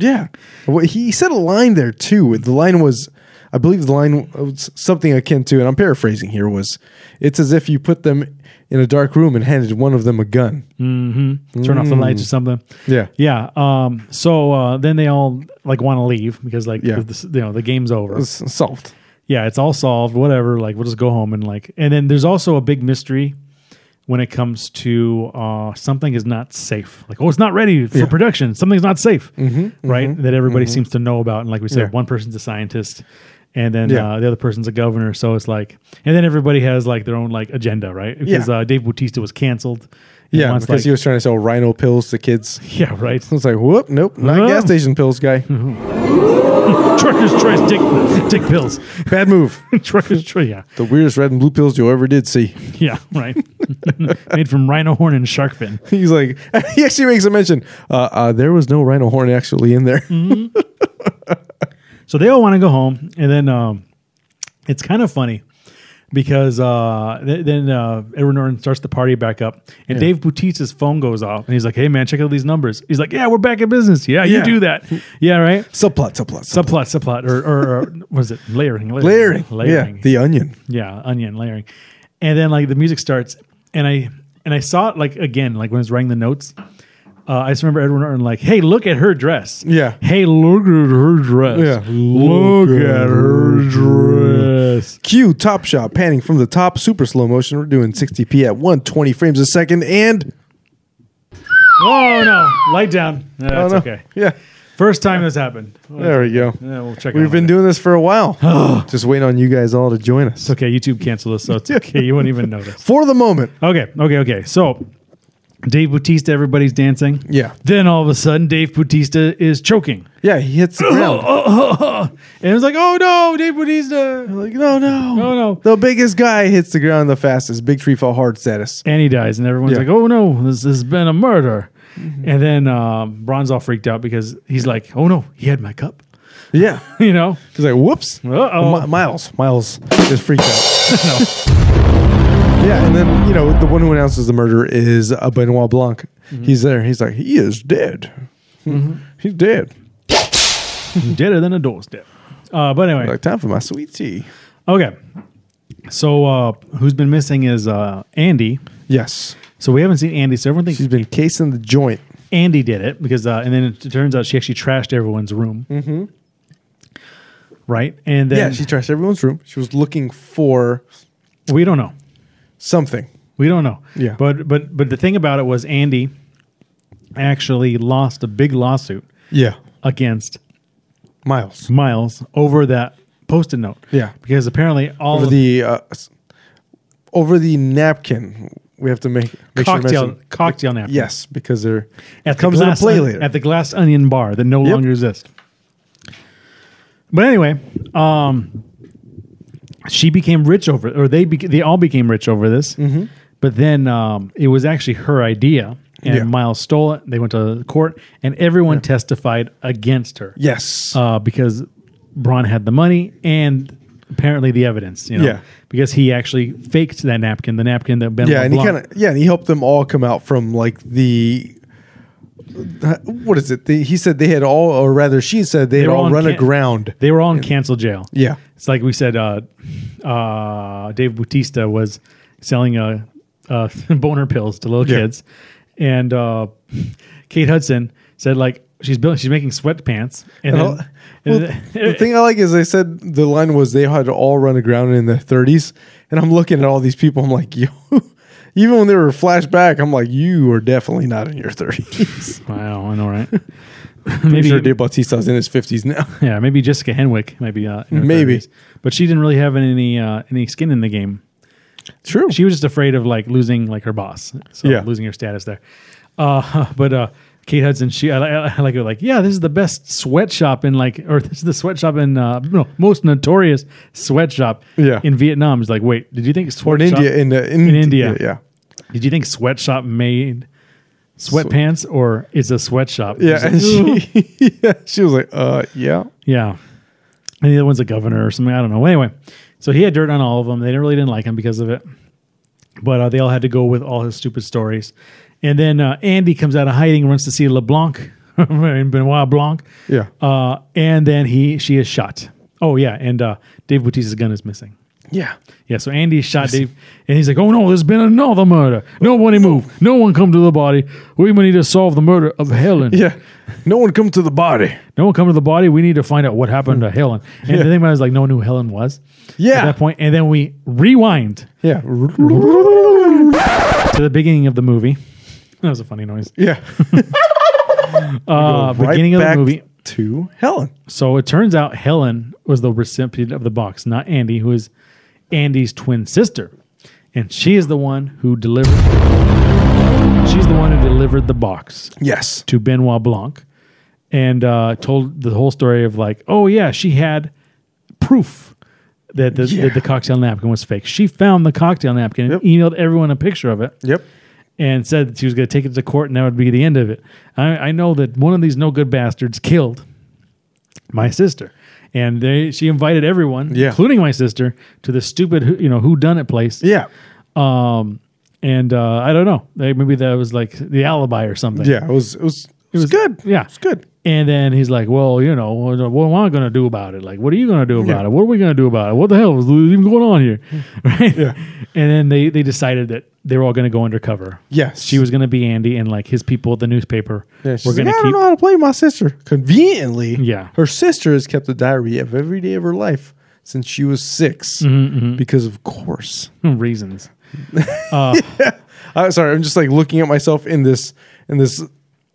S5: Yeah. Well, he said a line there too. The line was I believe the line was something akin to, and I'm paraphrasing here, was it's as if you put them in a dark room and handed one of them a gun.
S4: turn off the lights or
S5: Mm.
S4: something.
S5: Yeah.
S4: yeah. Um, so uh, then they all like want to leave because like
S5: Yeah.
S4: the, the- you know the game's over.
S5: It's solved.
S4: yeah, it's all solved. Whatever. Like we'll just go home and like. And then there's also a big mystery when it comes to uh, something is not safe. Like oh, it's not ready for production. Something's not safe, right? That everybody seems to know about. And like we said,
S5: Mm-hmm, Yeah.
S4: one person's a scientist. And then
S5: Yeah.
S4: uh, the other person's a governor, so it's like, and then everybody has like their own like agenda, right? Because
S5: Yeah.
S4: uh, Dave Bautista was canceled. He
S5: Yeah,
S4: wants,
S5: because
S4: like-
S5: he was trying to sell rhino pills to kids.
S4: yeah, right.
S5: It's like, whoop, nope, not
S4: Oh.
S5: gas station pills, guy.
S4: Trucker's choice dick, dick pills.
S5: Bad move.
S4: Trucker's choice. Yeah,
S5: The weirdest red and blue pills you ever did see.
S4: yeah, right. Made from rhino horn and shark fin.
S5: He's like, he actually makes a mention. Uh, uh, there was no rhino horn actually in there.
S4: Mm. So they all want to go home, and then um, it's kind of funny because uh, th- then uh, Edward Norton starts the party back up, and Dave Bautista's phone goes off, and he's like, "Hey man, check out these numbers." He's like, "Yeah, we're back in business. Yeah, you
S5: Yeah.
S4: do that. Yeah, right."
S5: Subplot, subplot, subplot.
S4: Subplot, subplot, or, or, or was it layering?
S5: Layering.
S4: layering.
S5: Yeah, the onion.
S4: yeah onion layering and then like the music starts and i and i saw it like again like when i was writing the notes uh, I just remember Edward Norton like, "Hey, look at her dress."
S5: Yeah.
S4: Hey, look at her dress.
S5: Yeah.
S4: Look, at her dress.
S5: Cue Top Shot panning from the top, super slow motion. We're doing 60p at 120 frames a second, and
S4: Oh no! Light down. No,
S5: Oh,
S4: that's
S5: no.
S4: okay.
S5: Yeah,
S4: First time this happened.
S5: there we go.
S4: Yeah, we'll check. it
S5: We've
S4: out
S5: been
S4: later.
S5: doing this for a while. Just waiting on you guys all to join us
S4: It's okay. YouTube canceled us, so it's okay. You wouldn't even notice.
S5: for the moment.
S4: Okay, okay, okay. So Dave Bautista, everybody's dancing.
S5: Yeah.
S4: Then all of a sudden, Dave Bautista is choking.
S5: Yeah, he hits the ground.
S4: And it was like, oh no, Dave Bautista.
S5: Like, no, no,
S4: No, oh, no.
S5: The biggest guy hits the ground the fastest. Big tree fall hard status.
S4: And he dies, and everyone's
S5: Yeah.
S4: like, oh no, this has been a murder. And then um, Bron's all freaked out because he's like, oh no, he had my cup.
S5: Yeah,
S4: You know?
S5: he's like, whoops.
S4: Uh-oh.
S5: Mi- Miles, Miles is freaked out. Yeah, and then you know the one who announces the murder is uh, Benoit Blanc.
S4: Mm-hmm.
S5: He's there. He's like, he is dead. He's dead.
S4: Deader than a doorstep. Uh, but anyway,
S5: Like time for my sweet tea.
S4: okay. So uh, who's been missing is uh, Andy.
S5: Yes,
S4: So we haven't seen Andy, so everyone thinks
S5: she's been casing the joint.
S4: Andy did it because, uh, and then it turns out she actually trashed everyone's room. Mm-hmm. Right, and
S5: Yeah,
S4: then
S5: she trashed everyone's room. She was looking for
S4: we don't know.
S5: something.
S4: We don't know.
S5: Yeah.
S4: But but but the thing about it was Andy actually lost a big lawsuit
S5: Yeah,
S4: against
S5: Miles
S4: Miles over that post-it note.
S5: Yeah.
S4: Because apparently all
S5: over
S4: of
S5: the uh, s- over the napkin. We have to make, make sure to
S4: cocktail
S5: mention-
S4: cocktail napkin.
S5: Yes, because they're
S4: At
S5: it comes
S4: the
S5: into
S4: glass
S5: play
S4: on-
S5: later.
S4: At the glass onion bar that no
S5: Yep.
S4: longer exists. But anyway, um she became rich over or they bec they all became rich over this.
S5: Mm-hmm.
S4: But then um, it was actually her idea, and
S5: Yeah.
S4: Miles stole it. They went to court, and everyone testified against her.
S5: yes.
S4: uh, because Braun had the money and apparently the evidence. You know,
S5: Yeah.
S4: because he actually faked that napkin, the napkin that Ben.
S5: yeah, and he
S4: LeBlanc-
S5: kind of yeah, and he helped them all come out from like the uh, what is it? The, he said they had all, or rather, she said they, had
S4: were
S5: all
S4: on
S5: run
S4: can-
S5: aground.
S4: They were all in cancel jail.
S5: Yeah.
S4: it's like we said. Uh, uh, Dave Bautista was selling uh, uh, boner pills to little
S5: Yeah.
S4: kids, and uh, Kate Hudson said like she's building, she's making sweatpants, and,
S5: And all-
S4: then,
S5: well,
S4: and
S5: the thing I like is they said the line was they had all run aground in their 30s, and I'm looking at all these people. I'm like, yo, even when they were flashback, I'm like, you are definitely not in your 30s.
S4: wow, I know, right?
S5: I'm sure Dave Bautista's in his 50s now.
S4: Yeah, maybe Jessica Henwick might be uh, in her
S5: Maybe.
S4: 30s. but she didn't really have any uh, any skin in the game.
S5: True.
S4: She was just afraid of like losing like her boss, so
S5: Yeah.
S4: losing her status there. Uh, but uh, Kate Hudson, she I, I, I like it like yeah, this is the best sweatshop in like or this is the sweatshop in uh, no most notorious sweatshop
S5: Yeah.
S4: in Vietnam. It's like wait, did you think
S5: or in
S4: sweatshop-
S5: India, in, the, in,
S4: in India
S5: yeah,
S4: Did you think sweatshop made sweatpants or it's a sweatshop?
S5: yeah.
S4: It's like,
S5: And she, yeah, she was like, uh, yeah,
S4: Yeah. And the other one's a governor or something. I don't know. Anyway, so he had dirt on all of them. They didn't really didn't like him because of it. But uh, they all had to go with all his stupid stories. And then uh, Andy comes out of hiding and runs to see LeBlanc, and Benoit Blanc.
S5: yeah.
S4: Uh, and then he she is shot. Oh yeah, and uh, Dave Bautista's gun is missing.
S5: Yeah.
S4: Yeah, so Andy shot Dave, and he's like, "Oh no, there's been another murder. Nobody move. No one come to the body. We need to solve the murder of Helen.
S5: Yeah. No one come to the body.
S4: No one come to the body. We need to find out what happened to Helen." And the thing about it is, like, no one knew who Helen was.
S5: Hmm. Yeah.
S4: at that point, and then we rewind
S5: Yeah.
S4: to the beginning of the movie. That was a funny noise.
S5: Yeah.
S4: Uh, beginning of the movie.
S5: to Helen.
S4: So it turns out Helen was the recipient of the box, not Andy, who is Andy's twin sister. And she is the one who delivered She's the one who delivered the box
S5: Yes.
S4: to Benoit Blanc and uh, told the whole story of like, oh yeah, she had proof that the,
S5: Yeah.
S4: that the cocktail napkin was fake. She found the cocktail napkin
S5: Yep.
S4: and emailed everyone a picture of it
S5: Yep.
S4: and said that she was going to take it to court and that would be the end of it. I, I know that one of these no good bastards killed my sister, and they she invited everyone,
S5: Yeah.
S4: including my sister, to the stupid who- you know who done it place.
S5: Yeah.
S4: Um, and uh, I don't know, They- maybe that was like the alibi or something.
S5: Yeah. It was. It was. It was good.
S4: yeah.
S5: It's good.
S4: And then he's like, "Well, you know, what, what am I going to do about it? Like, what are you going to do about
S5: Yeah. Hmm.
S4: it? What are we going to do about it? What the hell is even going on here?" Right? And then they they decided that they were all going to go undercover.
S5: Yes.
S4: She was going to be Andy and like his people at the newspaper.
S5: Yeah,
S4: we're
S5: she's
S4: going
S5: like, I
S4: to
S5: don't
S4: keep.
S5: know how to play my sister. Conveniently,
S4: Yeah.
S5: her sister has kept a diary of every day of her life since she was 6
S4: Mm-hmm,
S5: because of course.
S4: reasons.
S5: I'm sorry, I'm just like looking at myself in this in this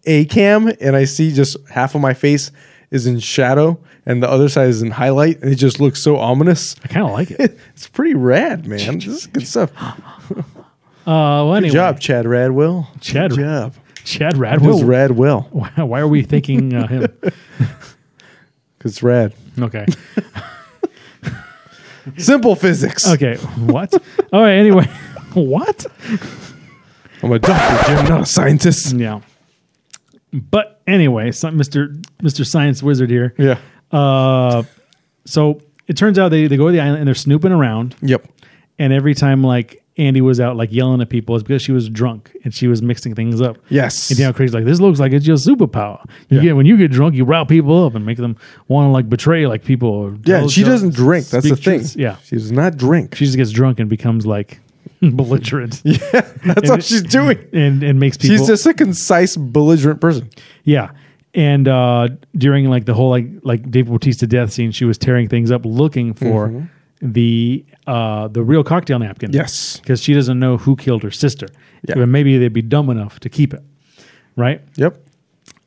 S5: A cam, and I see just half of my face is in shadow, and the other side is in highlight, and it just looks so ominous.
S4: I kind of like it.
S5: It's pretty rad, man. This is good stuff.
S4: Uh, well, anyway,
S5: Good job, Chad Radwell.
S4: Chad-
S5: Good job.
S4: Chad
S5: It was
S4: Radwell.
S5: Radwell
S4: Wow, why are we thinking uh, him?
S5: because rad.
S4: Okay.
S5: Simple physics.
S4: Okay. What? All right. Anyway, what?
S5: I'm a doctor, Jim, not a scientist.
S4: Yeah. But anyway, some, Mr. Mr. Science Wizard here.
S5: Yeah.
S4: Uh, so it turns out they, they go to the island and they're snooping around.
S5: Yep.
S4: And every time like Andy was out like yelling at people, it's because she was drunk and she was mixing things up.
S5: Yes.
S4: And Daniel Craig's like, this looks like it's your superpower. You
S5: Yeah.
S4: get when you get drunk, you rile people up and make them want to like betray like people. Or
S5: Yeah,
S4: tell-
S5: and she
S4: tell-
S5: doesn't drink. That's the
S4: speak
S5: thing.
S4: truths. Yeah,
S5: she does not drink.
S4: she just gets drunk and becomes like belligerent. yeah,
S5: That's what she's doing.
S4: and and makes people.
S5: She's just a concise, belligerent person.
S4: Yeah. And uh, during like the whole like like Dave Bautista death scene, she was tearing things up looking for the uh, the real cocktail napkin.
S5: Mm-hmm. Yes.
S4: because she doesn't know who killed her sister.
S5: Yeah.
S4: But maybe they'd be dumb enough to keep it, right?
S5: Yep.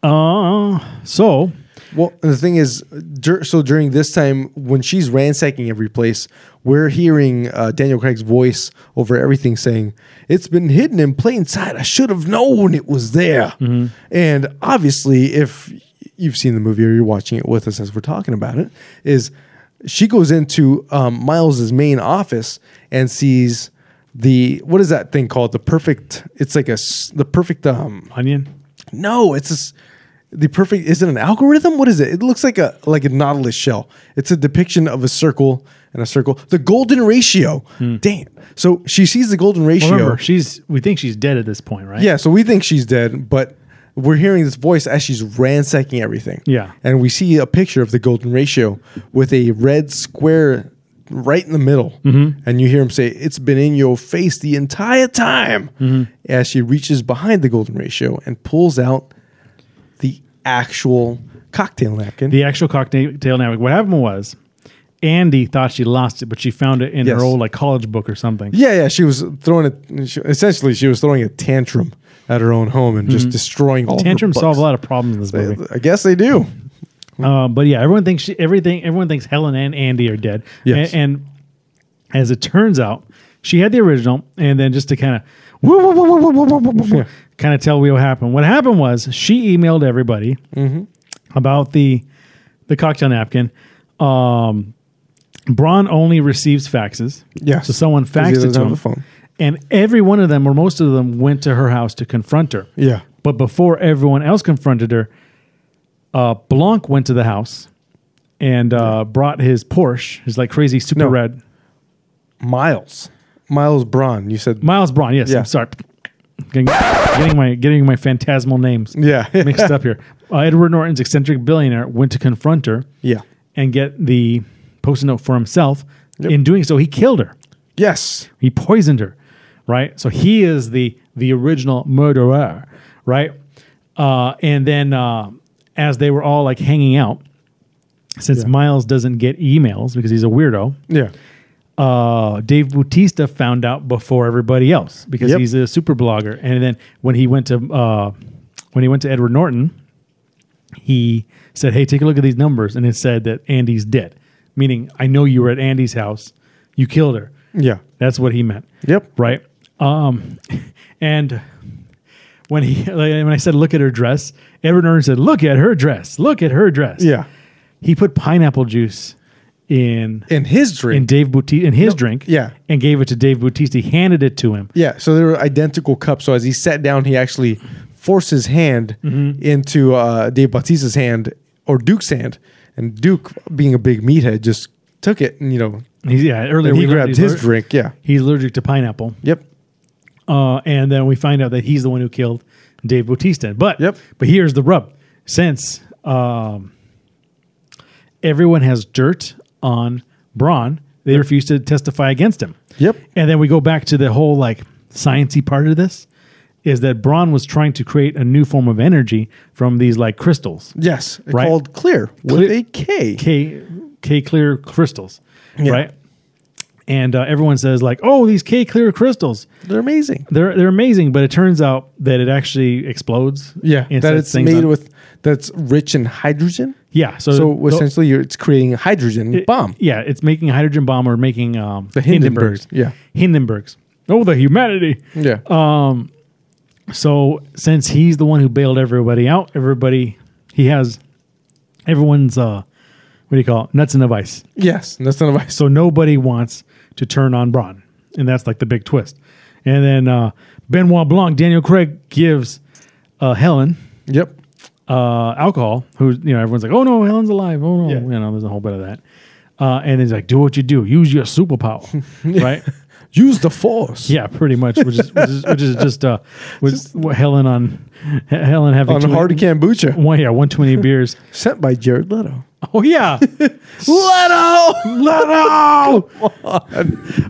S4: Uh, so
S5: Well, and the thing is, dur- so during this time when she's ransacking every place, we're hearing uh, Daniel Craig's voice over everything saying, "It's been hidden in plain sight. I should have known it was there." And obviously, if you've seen the movie or you're watching it with us as we're talking about it, is she goes into um, Miles's main office and sees the what is that thing called? The perfect. It's like a s- the perfect um,
S4: onion.
S5: no, it's just the perfect. Is it an algorithm? What is it? It looks like a like a nautilus shell. It's a depiction of a circle and a circle. The golden ratio. Damn. So she sees the golden ratio.
S4: Remember, she's we think she's dead at this point, right?
S5: yeah. So we think she's dead, but we're hearing this voice as she's ransacking everything.
S4: Yeah.
S5: And we see a picture of the golden ratio with a red square right in the middle.
S4: Mm-hmm.
S5: And you hear him say, It's been in your face the entire time.
S4: Mm-hmm.
S5: As she reaches behind the golden ratio and pulls out the actual cocktail napkin.
S4: The actual cocktail napkin. What happened was Andy thought she lost it, but she found it in
S5: Yes.
S4: her old like college book or something.
S5: yeah, yeah. She was throwing a, she, essentially, she was throwing a tantrum at her own home and just destroying all
S4: Tantrum
S5: of
S4: Mm-hmm.
S5: her
S4: solve a
S5: books.
S4: lot of problems in this movie.
S5: I guess they do.
S4: Um, but yeah, everyone thinks she, everything. Everyone thinks Helen and Andy are dead.
S5: Yes.
S4: And, and as it turns out, she had the original, and then just to kind of kind of tell you what happened. What happened was she emailed everybody
S5: Mm-hmm.
S4: about the the cocktail napkin. Um, Braun only receives faxes.
S5: Yes.
S4: So someone
S5: 'Cause he
S4: faxed
S5: doesn't
S4: it to
S5: have
S4: him.
S5: a phone.
S4: And every one of them, or most of them, went to her house to confront her.
S5: Yeah.
S4: But before everyone else confronted her, uh, Blanc went to the house and uh, brought his Porsche, his like crazy super
S5: No.
S4: red.
S5: Miles. Miles Braun. You said
S4: Miles Braun, yes,
S5: Yeah.
S4: I'm sorry. Getting, getting my getting my phantasmal names
S5: Yeah.
S4: mixed up here. Uh, Edward Norton's eccentric billionaire went to confront her
S5: Yeah.
S4: and get the post-it note for himself. In doing so, he killed her.
S5: Yes.
S4: He poisoned her, right? So he is the the original murderer, right? Uh, and then uh, as they were all like hanging out, since Miles doesn't get emails because he's a weirdo,
S5: Yeah.
S4: uh, Dave Bautista found out before everybody else because
S5: Yep.
S4: he's a super blogger. And then when he went to uh, when he went to Edward Norton, he said, "Hey, take a look at these numbers," and it said that Andy's dead, meaning I know you were at Andy's house, you killed her.
S5: Yeah.
S4: That's what he meant.
S5: Yep.
S4: Right. Um, and when he like, when I said look at her dress, Edward Norton said, "Look at her dress. Look at her dress."
S5: Yeah.
S4: He put pineapple juice in
S5: In his
S4: in
S5: drink.
S4: Dave Bautista in his drink.
S5: yeah.
S4: And gave it to Dave Bautista. He handed it to him.
S5: yeah. So they were identical cups. So as he sat down, he actually forced his hand
S4: Mm-hmm.
S5: into uh, Dave Bautista's hand or Duke's hand, and Duke, being a big meathead, just took it and you know.
S4: He's, yeah. Earlier
S5: And he
S4: we learned
S5: grabbed
S4: he's
S5: his
S4: aller-
S5: drink, yeah.
S4: He's allergic to pineapple.
S5: Yep.
S4: Uh, and then we find out that he's the one who killed Dave Bautista. But
S5: Yep.
S4: but here's the rub. Since um, everyone has dirt on Braun, they refuse to testify against him.
S5: Yep.
S4: And then we go back to the whole like sciency part of this is that Braun was trying to create a new form of energy from these like crystals.
S5: Yes.
S4: Right.
S5: Called clear with
S4: Clear-
S5: a K.
S4: K K clear crystals, right? And uh, everyone says like, "Oh, these K clear crystals,
S5: They're amazing.
S4: they're they're amazing." But it turns out that it actually explodes.
S5: Yeah.
S4: and
S5: that
S4: sets
S5: it's
S4: things
S5: made
S4: on-
S5: with that's rich in hydrogen.
S4: yeah. So
S5: So
S4: the-
S5: essentially, you're, it's creating a hydrogen
S4: it-
S5: bomb.
S4: Yeah, it's making a hydrogen bomb or making um,
S5: The Hindenburgs, yeah.
S4: Hindenburgs. Oh, the humanity.
S5: Yeah.
S4: So since he's the one who bailed everybody out, everybody he has everyone's uh, what do you call it? nuts in a vice.
S5: yes. That's not advice.
S4: So nobody wants to turn on Braun. And that's like the big twist. And then uh, Benoit Blanc, Daniel Craig gives uh, Helen
S5: Yep.
S4: uh, alcohol, who, you know, everyone's like, oh no, Helen's alive. Oh no.
S5: Yeah.
S4: You know, there's a whole bit of that. Uh, and he's like, do what you do, use your superpower. right?
S5: Use the force.
S4: Yeah, pretty much, which is, which is, which is just, uh, was what Helen on, H- Helen having
S5: On
S4: too many-
S5: hard kombucha
S4: One, yeah, one too many beers.
S5: sent by Jared Leto.
S4: Oh yeah,
S5: Leto! Leto!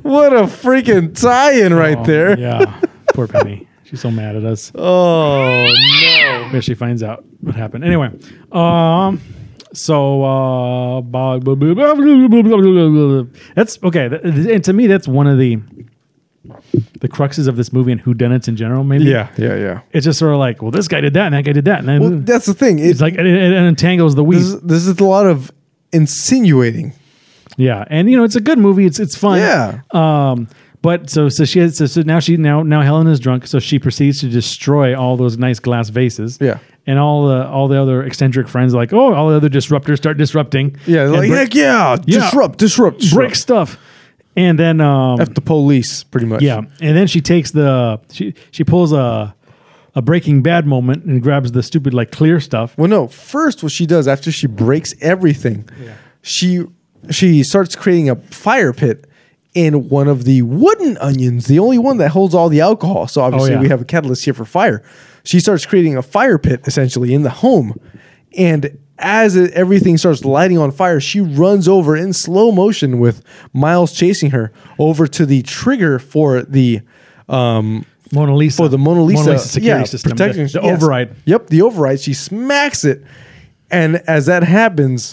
S5: What a freaking tie-in right there.
S4: Oh, yeah. Poor Penny, she's so mad at us.
S5: Oh no.
S4: But she finds out what happened. Anyway, um, so uh, blah, blah, blah, blah, blah, blah, blah, blah, blah. that's okay. Th- And to me, that's one of the the cruxes of this movie and whodunits in general. Maybe
S5: Yeah, yeah, yeah.
S4: it's just sort of like, well, this guy did that and that guy did that, and then
S5: Well, that's the thing. It,
S4: it's like it, it untangles the
S5: this,
S4: weeds.
S5: is, this is a lot of insinuating.
S4: Yeah, and you know it's a good movie. It's it's fun.
S5: Yeah.
S4: Um, but so so she has, so, so now she now now Helen is drunk, so she proceeds to destroy all those nice glass vases.
S5: Yeah.
S4: And all the all the other eccentric friends are like oh all the other disruptors start disrupting.
S5: Yeah,
S4: and
S5: like
S4: break,
S5: heck yeah,
S4: Yeah.
S5: disrupt, disrupt, disrupt.
S4: break stuff, and then um
S5: F the police, pretty much.
S4: yeah, and then she takes the she she pulls a a Breaking Bad moment and grabs the stupid like clear stuff.
S5: Well, no. First, what she does after she breaks everything, she she starts creating a fire pit in one of the wooden onions, the only one that holds all the alcohol. So obviously,
S4: yeah.
S5: we have a catalyst here for fire. She starts creating a fire pit essentially in the home, and as it, everything starts lighting on fire, she runs over in slow motion with Miles chasing her over to the trigger for the um,
S4: Mona Lisa
S5: for the Mona Lisa,
S4: security system, the-
S5: protecting
S4: the,
S5: yes.
S4: override.
S5: Yep, the override. She smacks it, and as that happens,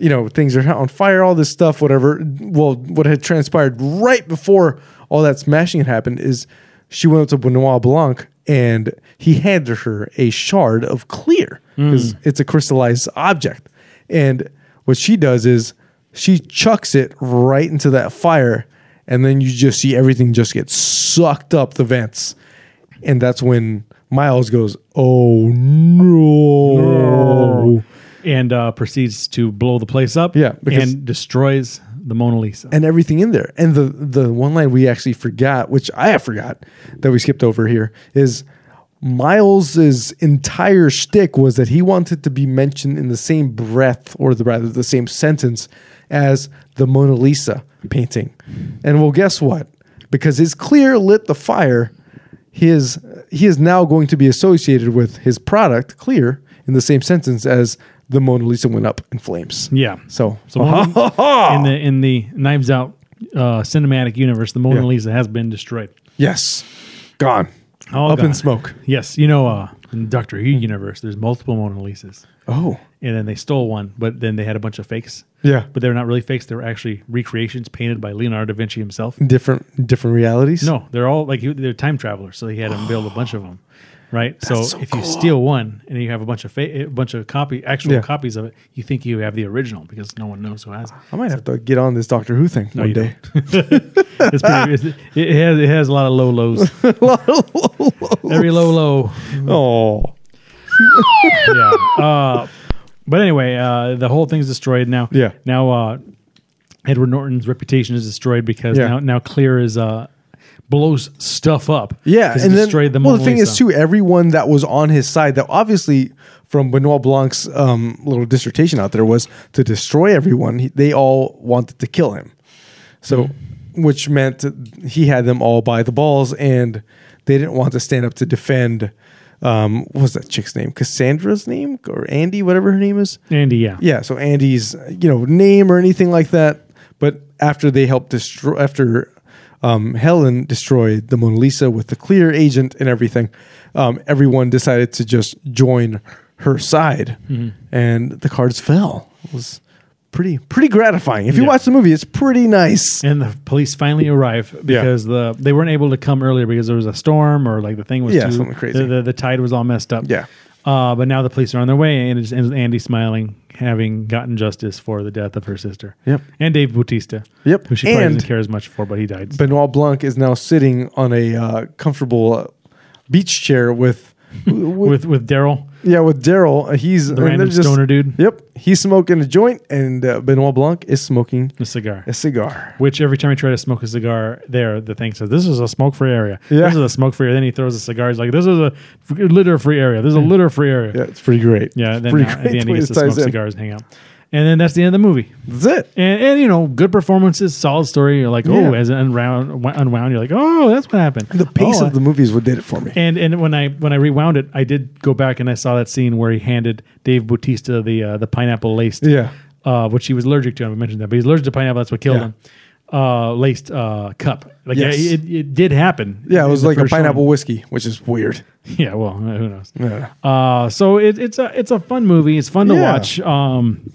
S5: you know things are on fire. All this stuff, whatever. Well, what had transpired right before all that smashing had happened is she went up to Benoit Blanc and he handed her a shard of clear because it's a crystallized object, and what she does is she chucks it right into that fire. And then you just see everything just get sucked up the vents. And that's when Miles goes, Oh no.
S4: and uh, proceeds to blow the place up.
S5: Yeah, because-
S4: and destroys the Mona Lisa.
S5: And everything in there. And the the one line we actually forgot, which I forgot that we skipped over here, is Miles's entire shtick was that he wanted to be mentioned in the same breath, or the, rather the same sentence, as the Mona Lisa painting. And well, guess what? Because his clear lit the fire, his he is now going to be associated with his product clear in the same sentence as the Mona Lisa went up in flames.
S4: Yeah.
S5: So,
S4: So in the in the Knives Out uh, cinematic universe, the Mona
S5: Yeah.
S4: Lisa has been destroyed.
S5: yes, gone.
S4: All
S5: up in
S4: gone.
S5: smoke.
S4: Yes, you know, uh, in Doctor Who universe, there's multiple Mona Lisas,
S5: Oh.
S4: and then they stole one, but then they had a bunch of fakes.
S5: Yeah.
S4: but they're not really fakes; they're actually recreations painted by Leonardo da Vinci himself.
S5: Different different realities.
S4: No, they're all like he- they're time travelers, so he had him
S5: Oh.
S4: build a bunch of them. Right, so, if you steal one and you have a bunch of fa- a bunch of copy actual
S5: Yeah.
S4: copies of it, you think you have the original because no one knows who has. It.
S5: I might have to get on this Doctor Who thing one
S4: you
S5: day.
S4: It's pretty, it's, it has it has a lot of low lows. Every low low.
S5: Oh,
S4: Yeah. Uh, but anyway, uh, the whole thing's destroyed now.
S5: Yeah.
S4: Now uh, Edward Norton's reputation is destroyed because
S5: Yeah.
S4: now now Clear is uh, blows stuff up.
S5: yeah,
S4: 'cause he
S5: and then
S4: destroyed the
S5: well,
S4: Mona
S5: the thing
S4: Lisa.
S5: is too, everyone that was on his side, that obviously from Benoit Blanc's um, little dissertation out there was to destroy everyone. He, they all wanted to kill him, so
S4: Mm-hmm.
S5: which meant he had them all by the balls, and they didn't want to stand up to defend. Um, what was that chick's name? Cassandra's name or Andy, whatever her name is.
S4: Andy. Yeah.
S5: Yeah, so Andy's you know name or anything like that. But after they helped destroy, after um, Helen destroyed the Mona Lisa with the clear agent and everything, um, everyone decided to just join her side, and the cards fell. It was pretty pretty gratifying. If you
S4: Yeah.
S5: watch the movie, it's pretty nice.
S4: And the police finally arrive because the they weren't able to come earlier because there was a storm or like the thing was
S5: Yeah,
S4: too
S5: something crazy.
S4: The, the, the tide was all messed up.
S5: Yeah.
S4: Uh, but now the police are on their way, and it just ends with Andy smiling, having gotten justice for the death of her sister.
S5: Yep.
S4: And Dave Bautista.
S5: Yep.
S4: Who she probably
S5: And-
S4: doesn't care as much for, but he died.
S5: Benoit Blanc is now sitting on a uh, comfortable uh, beach chair with.
S4: with with Daryl.
S5: Yeah, with Daryl, uh, he's the
S4: random stoner dude?
S5: Yep, he's smoking a joint, and uh, Benoit Blanc is smoking
S4: A cigar.
S5: a cigar.
S4: Which every time he tried to smoke a cigar there, the thing says, This is a smoke free area.
S5: Yeah.
S4: This is a smoke free area. Then he throws a cigar. He's like, This is a f- litter free area. This is a litter free area.
S5: Yeah, it's pretty great.
S4: Yeah.
S5: It's
S4: then
S5: pretty
S4: now at
S5: great
S4: the end,
S5: way
S4: he gets
S5: it
S4: to
S5: ties
S4: smoke
S5: in.
S4: cigars and hang out. And then that's the end of the movie.
S5: That's it.
S4: And, and you know, good performances, solid story. You're like, oh,
S5: Yeah.
S4: as it unwound, unwound, you're like, oh, that's what happened.
S5: The pace
S4: Oh,
S5: of the movie is what did it for me.
S4: And and when I when I rewound it, I did go back and I saw that scene where he handed Dave Bautista the uh, the pineapple laced,
S5: Yeah.
S4: uh, which he was allergic to. I mentioned that, but he's allergic to pineapple. That's what killed
S5: Yeah.
S4: him. Uh, laced uh, cup, like
S5: Yes.
S4: yeah, it, it did happen.
S5: yeah, it
S4: in
S5: was
S4: the
S5: like a
S4: first
S5: pineapple
S4: showing.
S5: whiskey, which is weird.
S4: Yeah, well, who knows?
S5: Yeah.
S4: Uh, so it, it's a it's a fun movie. It's fun to
S5: Yeah.
S4: watch. Um,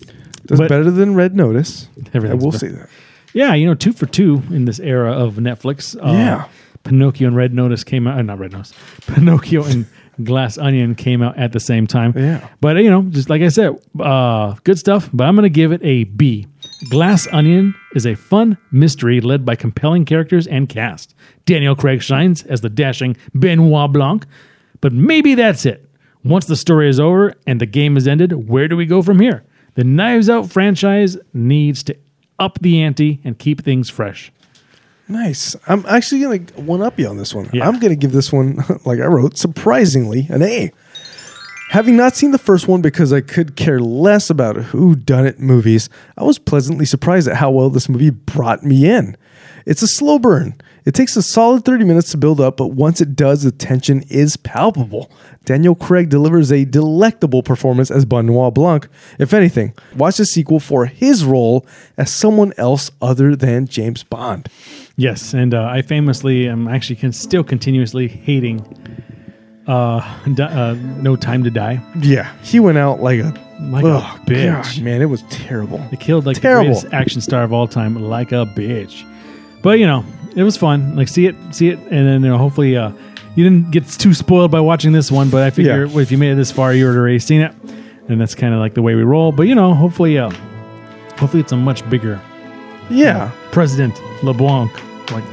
S5: That's
S4: But-
S5: better than Red Notice. I
S4: Everything's
S5: will
S4: better.
S5: say that.
S4: yeah, you know, two for two in this era of Netflix. Uh,
S5: Yeah.
S4: Pinocchio and Red Notice came out, uh, not Red Notice, Pinocchio and Glass Onion came out at the same time.
S5: Yeah.
S4: But, uh, you know, just like I said, uh, good stuff, but I'm going to give it a B. Glass Onion is a fun mystery led by compelling characters and cast. Daniel Craig shines as the dashing Benoit Blanc, but maybe that's it. Once the story is over and the game is ended, where do we go from here? The Knives Out franchise needs to up the ante and keep things fresh.
S5: Nice. I'm actually gonna one up you on this one.
S4: Yeah.
S5: I'm gonna give this one, like I wrote, surprisingly an A. Having not seen the first one because I could care less about who done it movies, I was pleasantly surprised at how well this movie brought me in. It's a slow burn. It takes a solid 30 minutes to build up, but once it does, the tension is palpable. Daniel Craig delivers a delectable performance as Benoit Blanc. If anything, watch the sequel for his role as someone else other than James Bond.
S4: Yes, and uh, I famously am actually con- still continuously hating uh, di- uh, No Time to Die.
S5: Yeah, he went out like a
S4: Like a
S5: Ugh,
S4: bitch.
S5: gosh, man, it was terrible.
S4: It killed like
S5: Terrible.
S4: the greatest action star of all time, like a bitch. But you know, it was fun. Like see it, see it, and then you know, hopefully uh, you didn't get too spoiled by watching this one. But I figure
S5: Yeah.
S4: if you made it this far, you would already seen it, and that's kind of like the way we roll. But you know, hopefully, uh, hopefully it's a much bigger
S5: Yeah,
S4: President LeBlanc, like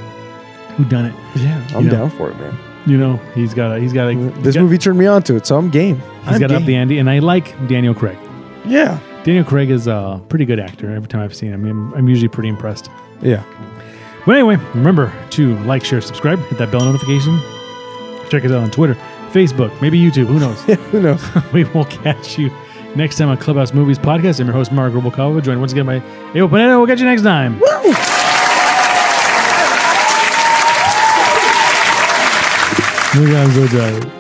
S4: who done it.
S5: yeah, I'm
S4: You know.
S5: down for it, man.
S4: You know, he's got a, he's got a,
S5: This movie turned me on to it, so I'm game.
S4: He's
S5: I'm
S4: got up the
S5: game.
S4: ante, and I like Daniel Craig.
S5: Yeah,
S4: Daniel Craig is a pretty good actor. Every time I've seen him, I'm, I'm usually pretty impressed.
S5: yeah.
S4: But anyway, remember to like, share, subscribe, hit that bell notification. Check us out on Twitter, Facebook, maybe YouTube. Who knows?
S5: Who knows?
S4: we will catch you next time on Clubhouse Movies Podcast. I'm your host, Mark Robocava, joined once again by Abel Panetta. We'll catch you next time. We got so tired.